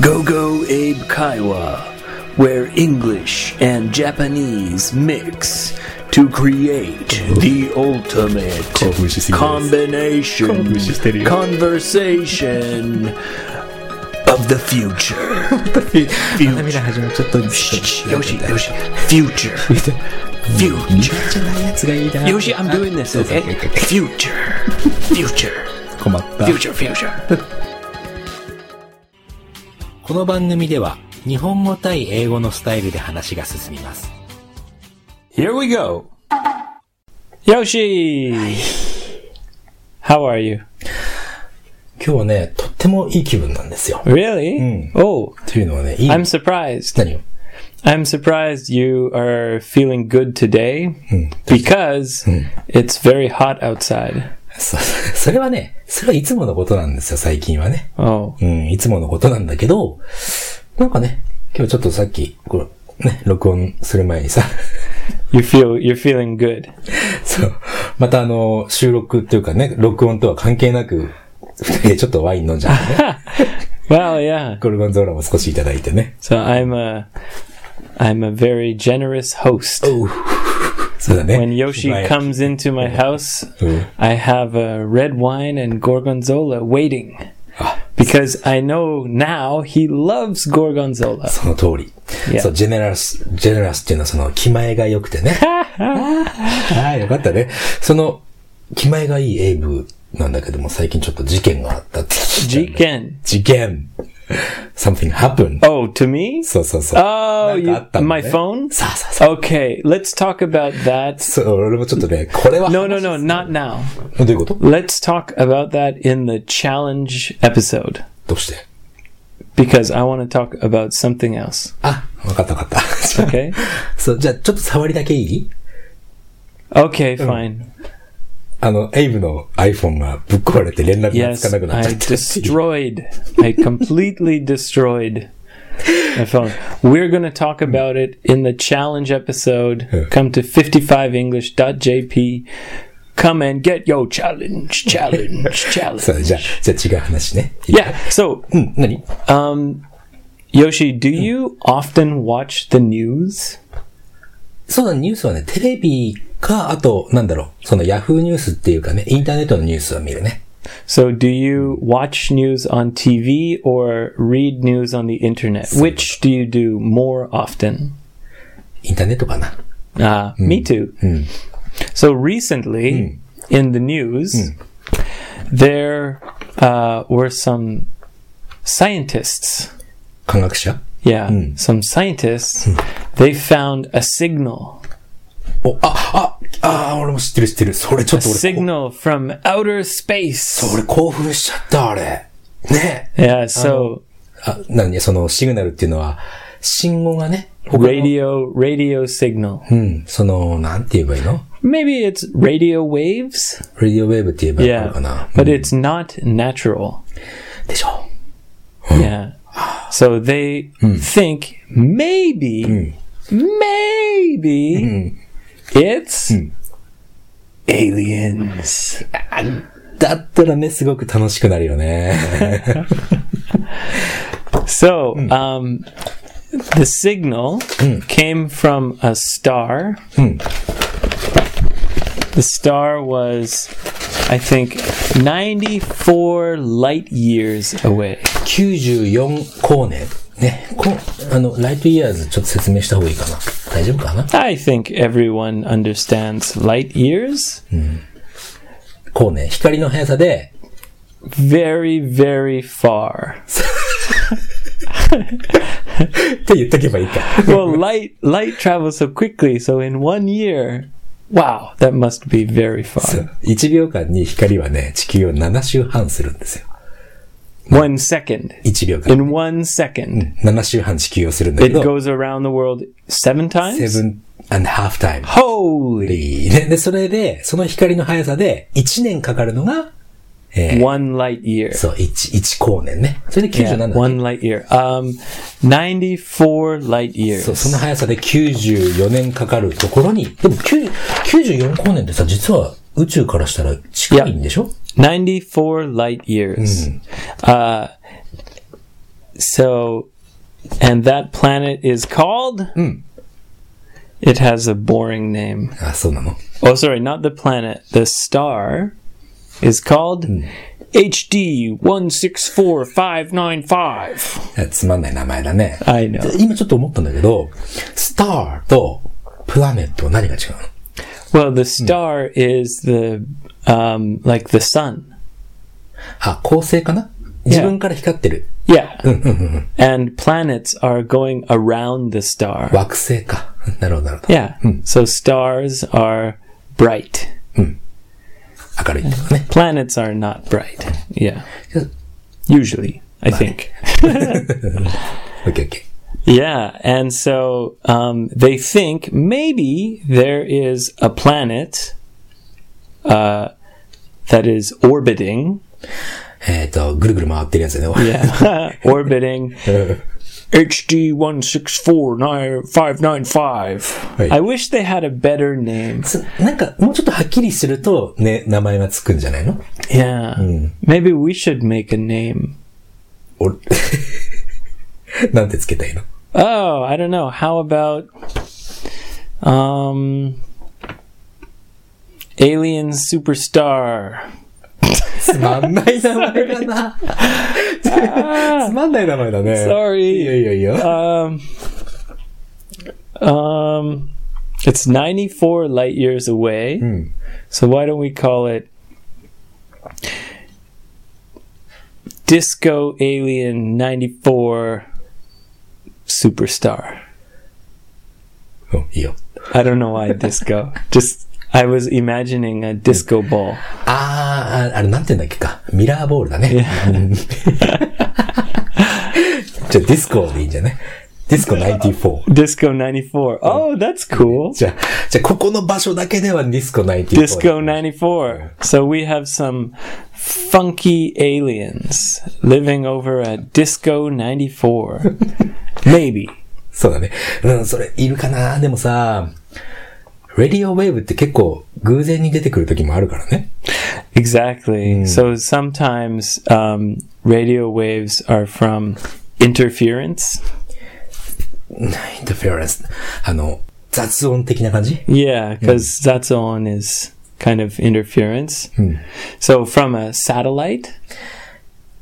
Go Go Abe Kaiwa, where English and Japanese mix to create the ultimate 興奮しすぎです。 combination 興奮してるよ。 conversation of the future. 涙始まっちゃったんですけど Shh, Yoshi, Yoshi, future, future. じゃないやつがいいな Yoshi, I'm doing this, okay? Future, future, 困った future, future. この番組では日本語対英語のスタイルで話が進みます。 Here we go. Yoshi! How are you? 今日はね、とってもいい気分なんですよ。 Really? Mm. Oh, というのはね、いい。 I'm surprised. 何を I'm surprised you are feeling good today because it's very hot outside. そそれはね、それはいつものことなんですよ、最近はね。 Oh, うん、いつものことなんだけど、なんかね、今日ちょっとさっき、こう、ね、録音する前にさ、 you feel you're feeling good. そう、またあの、収録っていうかね、録音とは関係なく、二人でちょっとワイン飲んじゃって ね、 Well, yeah. ゴルゴンゾーラも少しいただいてね。 So I'm a I'm a very generous host. そうだね。 When Yoshi 前 comes into my house, うん。 I have a red wine and gorgonzola waiting. Because I know now he loves gorgonzola. その通り。 Yeah. そう、ジェネラス、ジェネラスっていうのはその気前が良くてね。 ああ、よかったね。その、気前がいいエイブなんだけども、最近ちょっと事件があったって聞いたんだ Jiken. 事件 !something happened. Oh, to me? そうそうそう。 Oh, なんかあったん you, だ my ね phone? さあさあさあ。 Okay, let's talk about that. そう、俺もちょっとね、これは。 No, no, no, not now. どういうこと Let's talk about that in the challenge episode どうして because I want to talk about something else. あ、わかった わかった。じゃあ Okay? そう、じゃあちょっと触りだけいい Okay, fine. あの、エイブの iPhone がぶっ壊れて連絡がつか Yes, なくなっちゃ I ったっていう。 destroyed. I completely destroyed my phone. We're going to talk about it in the challenge episode. Come to 55english.jp. Come and get your challenge, challenge, そうじ challenge. ゃあ、じゃあ違う話ね。 Yeah, so うん、何 Um, Yoshi, do you often watch the news? そうだね、ニュースはね、テレビか、あと、なんだろう、そのヤフーニュースっていうかね、インターネットのニュースは見るね。 So, do you watch news on TV or read news on the internet? Which do you do more often? インターネットかな。 Uh, Me too. So, recently in the news, there uh, were some scientists. 科学者 Yeah, some scientists. They found a signal, お、あ、あ、あー、俺も知ってる知ってる。それちょっと俺、こ signal from outer space. 俺興奮しちゃった、あれ。ね。 Yeah, so あ、なんで、そのシグナルっていうのは、信号がね、他の radio radio signal. うん、その、なんて言えばいいの Maybe it's radio waves. レディオウェーブって言えばいい Yeah, のかな。 but it's not natural. でしょ。 Yeah. So they think maybe maybe it's aliens. だったらね、すごく楽しくなるよね。 So um the signal came from a star. The star was, I think, 94 light years away. 94光年。ね、こあの、ライトイヤーズちょっと説明した方がいいかな。大丈夫かな I think everyone understands light years. こうね、光の速さで、 Very, very far. って言っとけばいいか。 Well, light light travels so quickly, so in one year, wow, that must be very far. 1秒間に光はね、地球を7周半するんですよ。 One second. 1秒間。 In one second, 7周半地球をするんだけど、it goes around the world seven times. 7 and half time. Holy ねで、それで、その光の速さで、1年かかるのが、 one light year. そう、1、1光年ね。それで Yeah, 97だ。 one light year. Um, ninety-four light years. そう、その速さで94年かかるところに、でも9 94光年ってさ、実は宇宙からしたら近いんでしょ Ninety-four light years. Uh, So, and that planet is called? Mm. It has a boring name. あ、そうなの Oh, sorry, not the planet. The star is called HD 164595. いやつまんない名前だね。 I know. 今ちょっと思ったんだけど、スターとプラネットは何が違うの Well, the star is the, um, like the sun. あ、恒星かな自分から光ってる。 Yeah. and planets are going around the star. 惑星か。 なるほど、なるほど。 Yeah. So stars are bright. 明るいってことね。 Planets are not bright. Yeah. Yeah. Usually, I think. オッケーオッケ Yeah, and so um, they think maybe there is a planet uh, that is orbiting, ー。えっ、と、ぐるぐる回ってるやつだね。 yeah, orbiting HD one six four nine five nine five. Right. I wish they had a better name. つ なんか、もうちょっとはっきりすると、ね、名前がつくんじゃないの Yeah, maybe we should make a name. お なんてつけたいの Oh, I don't know. How about um, alien superstar? つまんない名前だな。 つまんない名前だね。いいよ Sorry. いいよいいよ。 Um, um, it's 94 light years away. So why don't we call it Disco Alien 94 Superstar? うんいいよ。 I don't know why disco. Just I was imagining a disco ball. あー、ああれなんて言うんだっけか。ミラーボールだね。 うんじゃあディスコでいいんじゃないディスコ94。 Disco 94. Oh, that's cool. じゃあ、じゃあここの場所だけではディスコ94。 Disco 94. So we have some funky aliens living over at Disco 94. Maybe. そうだね。うん、それ、いるかなでもさ、レディオウェーブって結構偶然に出てくる時もあるからね。 Exactly. So sometimes um, radio waves are from interference. インターフェアレンス。あの、雑音的な感じ Yeah, because Zatsuon is kind of interference. So from a satellite.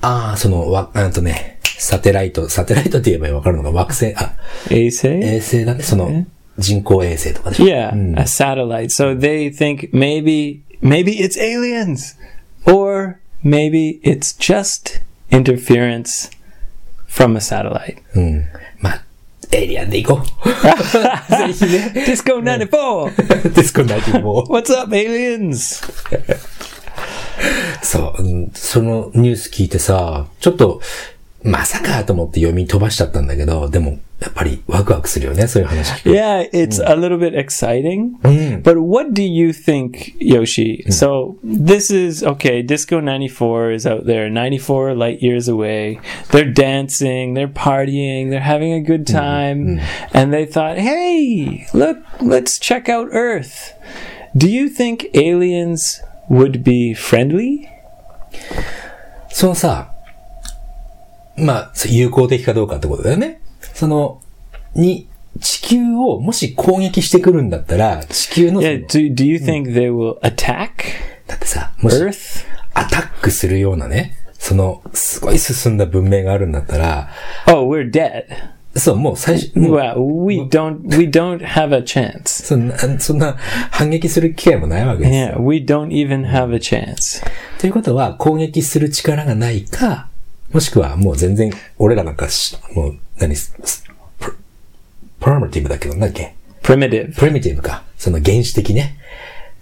ああ、その、わ、あとね、サテライト、サテライトって言えばわかるのが惑星、あ、 Ace? 衛星だね。その、人工衛星とかでしょ Yeah, a satellite. So they think maybe maybe it's aliens or maybe it's just interference from a satellite. うん。まあ、エイリアンで行こう。ぜひね。 Disco 94. ディスコナイトも。 What's up aliens? そう、うんそのニュース聞いてさ、ちょっと、まさかと思って読み飛ばしちゃったんだけど、でも、やっぱりワクワクするよね、そういう話聞く。 Yeah, it's a little bit exciting. But what do you think, Yoshi? So this is okay. Disco '94 is out there, 94 light years away. They're dancing, they're partying, they're having a good time, and they thought, "Hey, look, let's check out Earth." Do you think aliens would be friendly? そのさ、まあ、そう有効的かどうかってことだよね。その、に、地球をもし攻撃してくるんだったら、地球のその Yeah. Uh, Do Do you think they will attack だってさ、もし Earth? アタックするようなね、その、すごい進んだ文明があるんだったら、 Oh, we're dead. そう、もう最初、もう Well, we don't we don't have a chance. そんな、そんな反撃する機会もないわけですよ。 Yeah, we don't even have a chance. ということは、攻撃する力がないか、もしくはもう全然、俺らなんかし、もう何、すすププラマティブだけど、なんだっけ Primitive. プリミティブか。その原始的ね。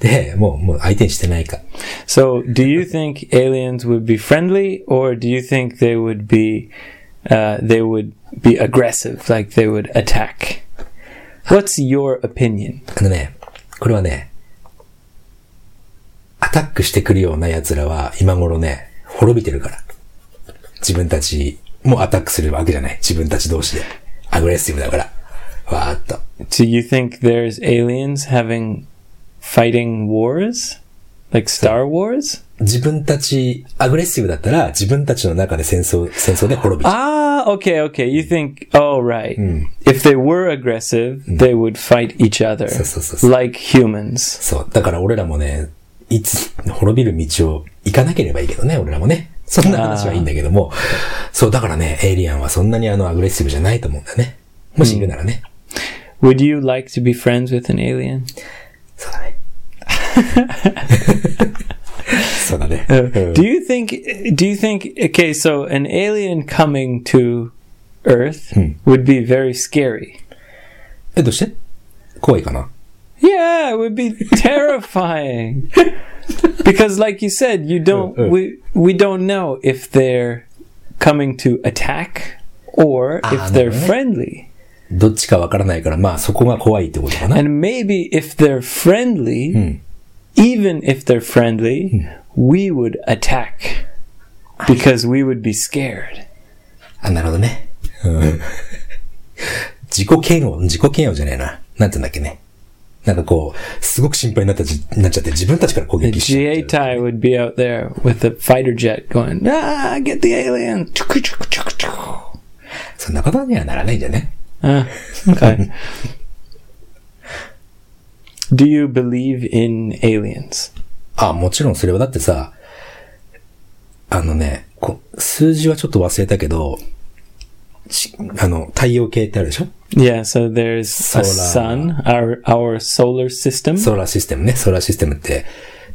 で、もう、もう相手にしてないか。 So, do you think aliens would be friendly, or do you think they would be uh, they would be aggressive, like they would attack? What's your opinion? あのね、これはね、アタックしてくるような奴らは、今頃ね、滅びてるから。自分たち、もうアタックするわけじゃない。自分たち同士で。アグレッシブだから。わーっと。 Do you think there's aliens having fighting wars, Like Star Wars? 自分たち、アグレッシブだったら、自分たちの中で戦争、戦争で滅びちゃう。 Ah, okay, okay. You think, oh, right. Hmm. If they were aggressive, they would fight each other So, so, so, so. like humans. そう。だから俺らもね、いつ、滅びる道を行かなければいいけどね、俺らもね。そんな話はいいんだけども。そう、だからね、エイリアンはそんなにあの、アグレッシブじゃないと思うんだよね。もしいるならね。 Would you like to be friends with an alien? そうだね。 そうだね。うん Do you think? Do you think? Okay, so an alien coming to Earth would be very scary. え、どうして怖いかな Yeah, it would be terrifying. because, like you said, you don't Uh, uh. we we don't know if they're coming to attack or Ah, if they're no. friendly. どっちかわからないから、まあそこが怖いってことかな。 And maybe if they're friendly, even if they're friendly, we would attack because we would be scared. あ、なるほどね。うん自己嫌悪、自己嫌悪じゃねえな。なんて言うんだっけね。なんかこう、すごく心配になったじ、なっちゃって自分たちから攻 The 撃しちゃう GA tie would be out there with a fighter jet going, ah, get the alien. そんなことにはならないんじゃね。 Ah, okay. Do you believe in aliens? あ、もちろんそれはだってさ、あのね、こ数字はちょっと忘れたけど、しあの、太陽系ってあるでしょ Yeah, so there's Solar. a sun, our our solar system. ソーラーシステムね。ソーラーシステムって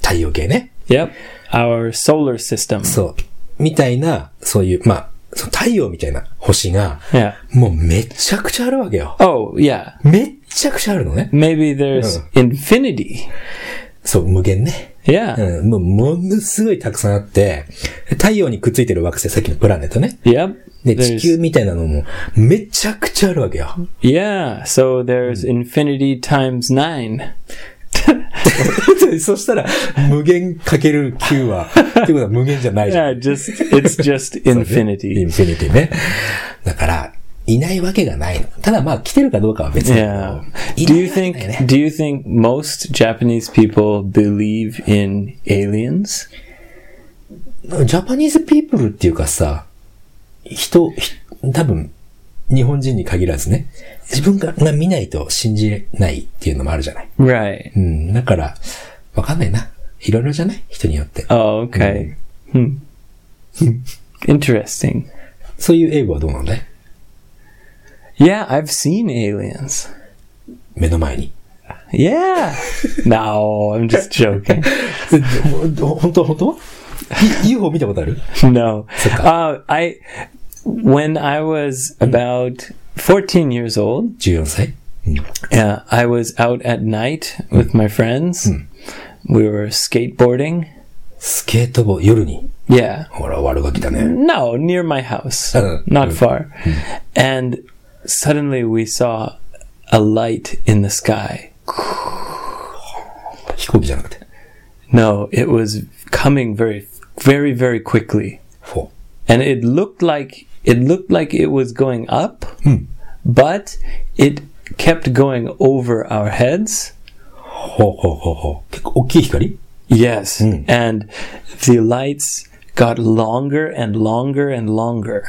太陽系ね。 yep, our solar system. そう。みたいな、そういう、まあ、その太陽みたいな星が、 Yeah. もうめちゃくちゃあるわけよ。 Oh, yeah. めっちゃくちゃあるのね。 Maybe there's Yeah. infinity. そう、無限ね。 Yeah. うん、もう、ものすごいたくさんあって、太陽にくっついてる惑星、さっきのプラネットね。 Yep. で、地 There's 球みたいなのも、めちゃくちゃあるわけよ。 yeah. So there's infinity times nine. そしたら、無限かける9は、 ってことは無限じゃないじゃん。 Yeah, just it's just イ infinity. ンフィニティね。だから、いないわけがない。ただまあ、来てるかどうかは別に。 Yeah. Do you いないわけないね think do you think most Japanese people believe in aliens? ジャパニーズピープルっていうかさ、人、ひ多分、日本人に限らずね、自分が見ないと信じれないっていうのもあるじゃない。 Right. うん、だから、わかんないな。いろいろじゃない人によって。 Oh, okay. Hmm. Interesting. そういう英語はどうなんだい Yeah, I've seen aliens. 目の前に。 Yeah. No, I'm just joking. 本当本 当 ?UFO 見たことある No. Suka. Uh, I when I was about 14 years old, 14歳 uh, I was out at night with my friends. We were skateboarding. スケートボード、夜に。 Yeah. ほら、悪ガキだね。 No, near my house. Uh, Not far. And suddenly we saw a light in the sky. 飛行機じゃなくて。 No, it was coming very very very quickly. 4。 and it looked like it looked like it was going up, but it kept going over our heads. ほうほうほうほう。結構大きい光 Yes, and the lights got longer and longer and longer.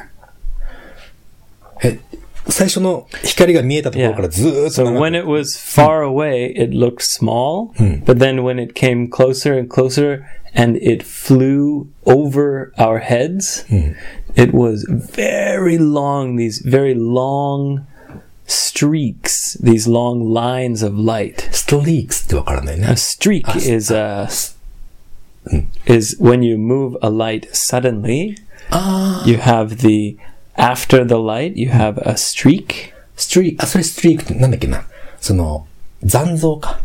え、最初の光が見えたところからずーっと So 長 when く it was far away, it looked small, but then when it came closer and closer, and it flew over our heads, it was very long. These very long streaks, these long lines of light. ストリークスってわからないね A。streak is a is when you move a light suddenly. You have the after the light, you have a streak. ストリーク、あ、それストリークってなんだっけな。その、残像か。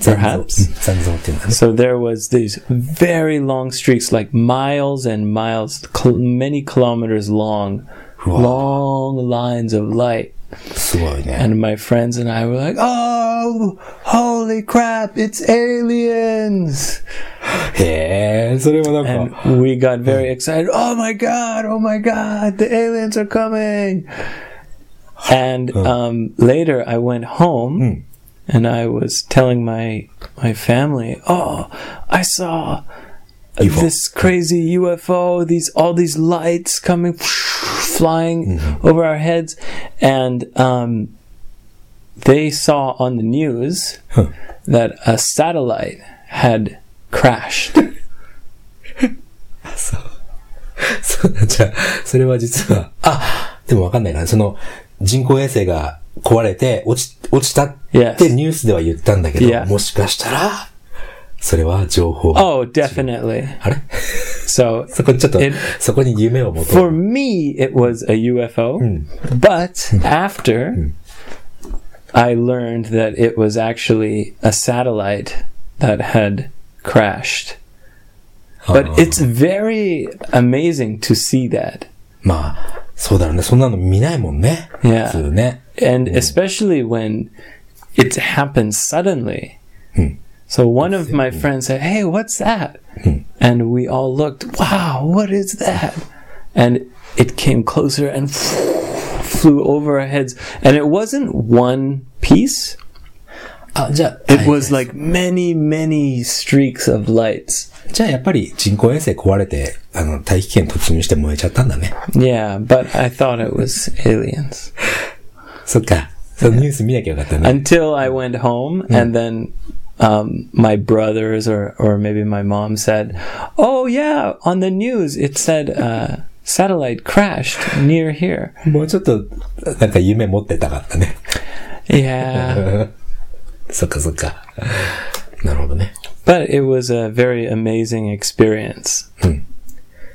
残像。うん Perhaps. 残像っていうんだね。 So there was these very long streaks, like miles and miles, kil- many kilometers long, Wow. long lines of light. すごいね。 And my friends and I were like, "Oh, holy crap! It's aliens!" へえ、それもなんか、 And we got very excited. Oh my god! Oh my god! The aliens are coming! And um, later, I went home and I was telling my my family, "Oh, I saw UFO. this crazy UFO. These all these lights coming flying over our heads," and um, they saw on the news Huh. that a satellite had crashed. そう。そう、 じゃあ、それは実は、あ、でもわかんないな。その、人工衛星が壊れて、落ち、落ちたっ Yes. てニュースでは言ったんだけど、 Yeah. もしかしたら、それは情報。 oh, definitely. あれ So そこちょっと It-、そこに夢を持と for う。 me, it was a UFO, but after I learned that it was actually a satellite that had crashed. But Oh. it's very amazing to see that. まあ、そうだろうね。そんなの見ないもんね。 Yeah. 普通ね。 And especially when it happens suddenly. Hmm. So one of my friends said, Hey, what's that? And we all looked, Wow, what is that? And it came closer and flew over our heads. And it wasn't one piece, あ、じゃあ、 it はい was like many, many streaks of lights. じゃあやっぱり人工衛星壊れて、あの、大気圏突入して燃えちゃったんだね。 Yeah, but I thought it was aliens. そっか。そのニュース見なきゃよかったね。 until I went home, and then um, my brothers or or maybe my mom said, "Oh yeah, on the news it said uh, satellite crashed near here." もうちょっと、なんか夢持ってたかったね。 Yeah, そっかそっか。なるほどね。 but it was a very amazing experience. Hmm.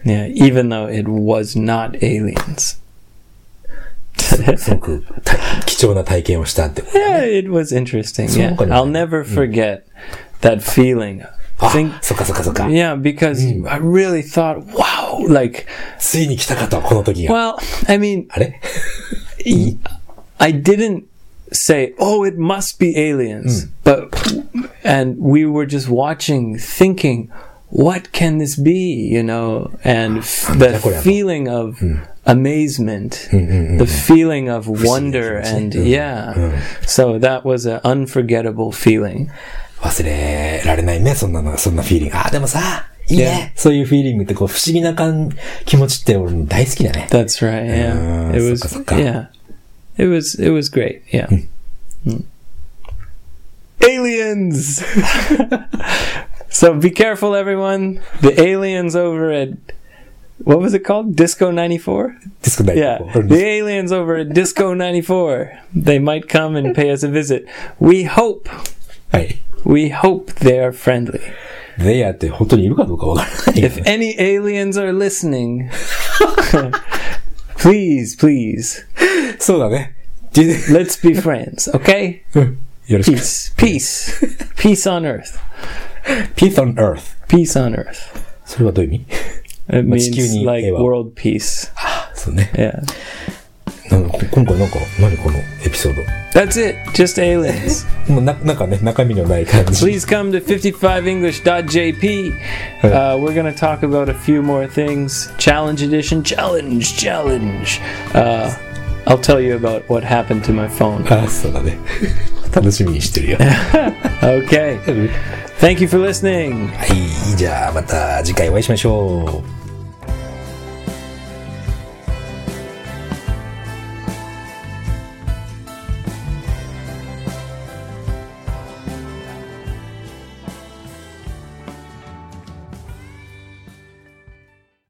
Yeah, even though it was not aliens. すごくた貴重な体験をしたって。 yeah, it was interesting. Yeah, そうかね。 I'll never forget that feeling. あ Think,、そっかそっかそっか。 yeah, because I really thought, wow, like ついに来たかと、この時が。 Well, I mean, あれ y- I didn't say, "Oh, it must be aliens," but and we were just watching, thinking, "What can this be?" You know, and f- the Jacob. feeling of amazement, Hmm. the feeling of wonder, and yeah. So that was an unforgettable feeling. 忘れられないね、そんなの、そんなフィーリング。あ、でもさ、いいね。そういうフィーリングって、こう、不思議な感、気持ちって俺も大好きだね。 That's right. Yeah, Ah, it was. sucka, sucka. Yeah, it was. It was great. Yeah. Mm. Aliens. so be careful, everyone. The aliens over at what was it called? Disco ninety four. ディスコ大 Yeah, 好き the aliens over at Disco ninety four. They might come and pay us a visit. We hope. はい。 We hope they're friendly. レイヤーって本当にいるかどうかわからないけど If ね any aliens are listening, please, please. そうだね。じ Let's be friends, okay? うんよろしく。 Peace, peace, peace on earth, Peace on Earth. peace on earth. それはどういう意味 It means 地球に平和を。 like world peace. そうね。 Yeah, なんか今回なんか、何このエピソー that's it. Just aliens. ド。もうな、なんかね、中身のない感じ。 Please come to 55english.jp. Uh, we're gonna talk about a few more things. Challenge edition, challenge, challenge. Uh, I'll tell you about what happened to my phone. あ、そう だね。楽しみにしてるよ。は Okay. Thank you for listening. い、じゃあまた次回お会いしましょう。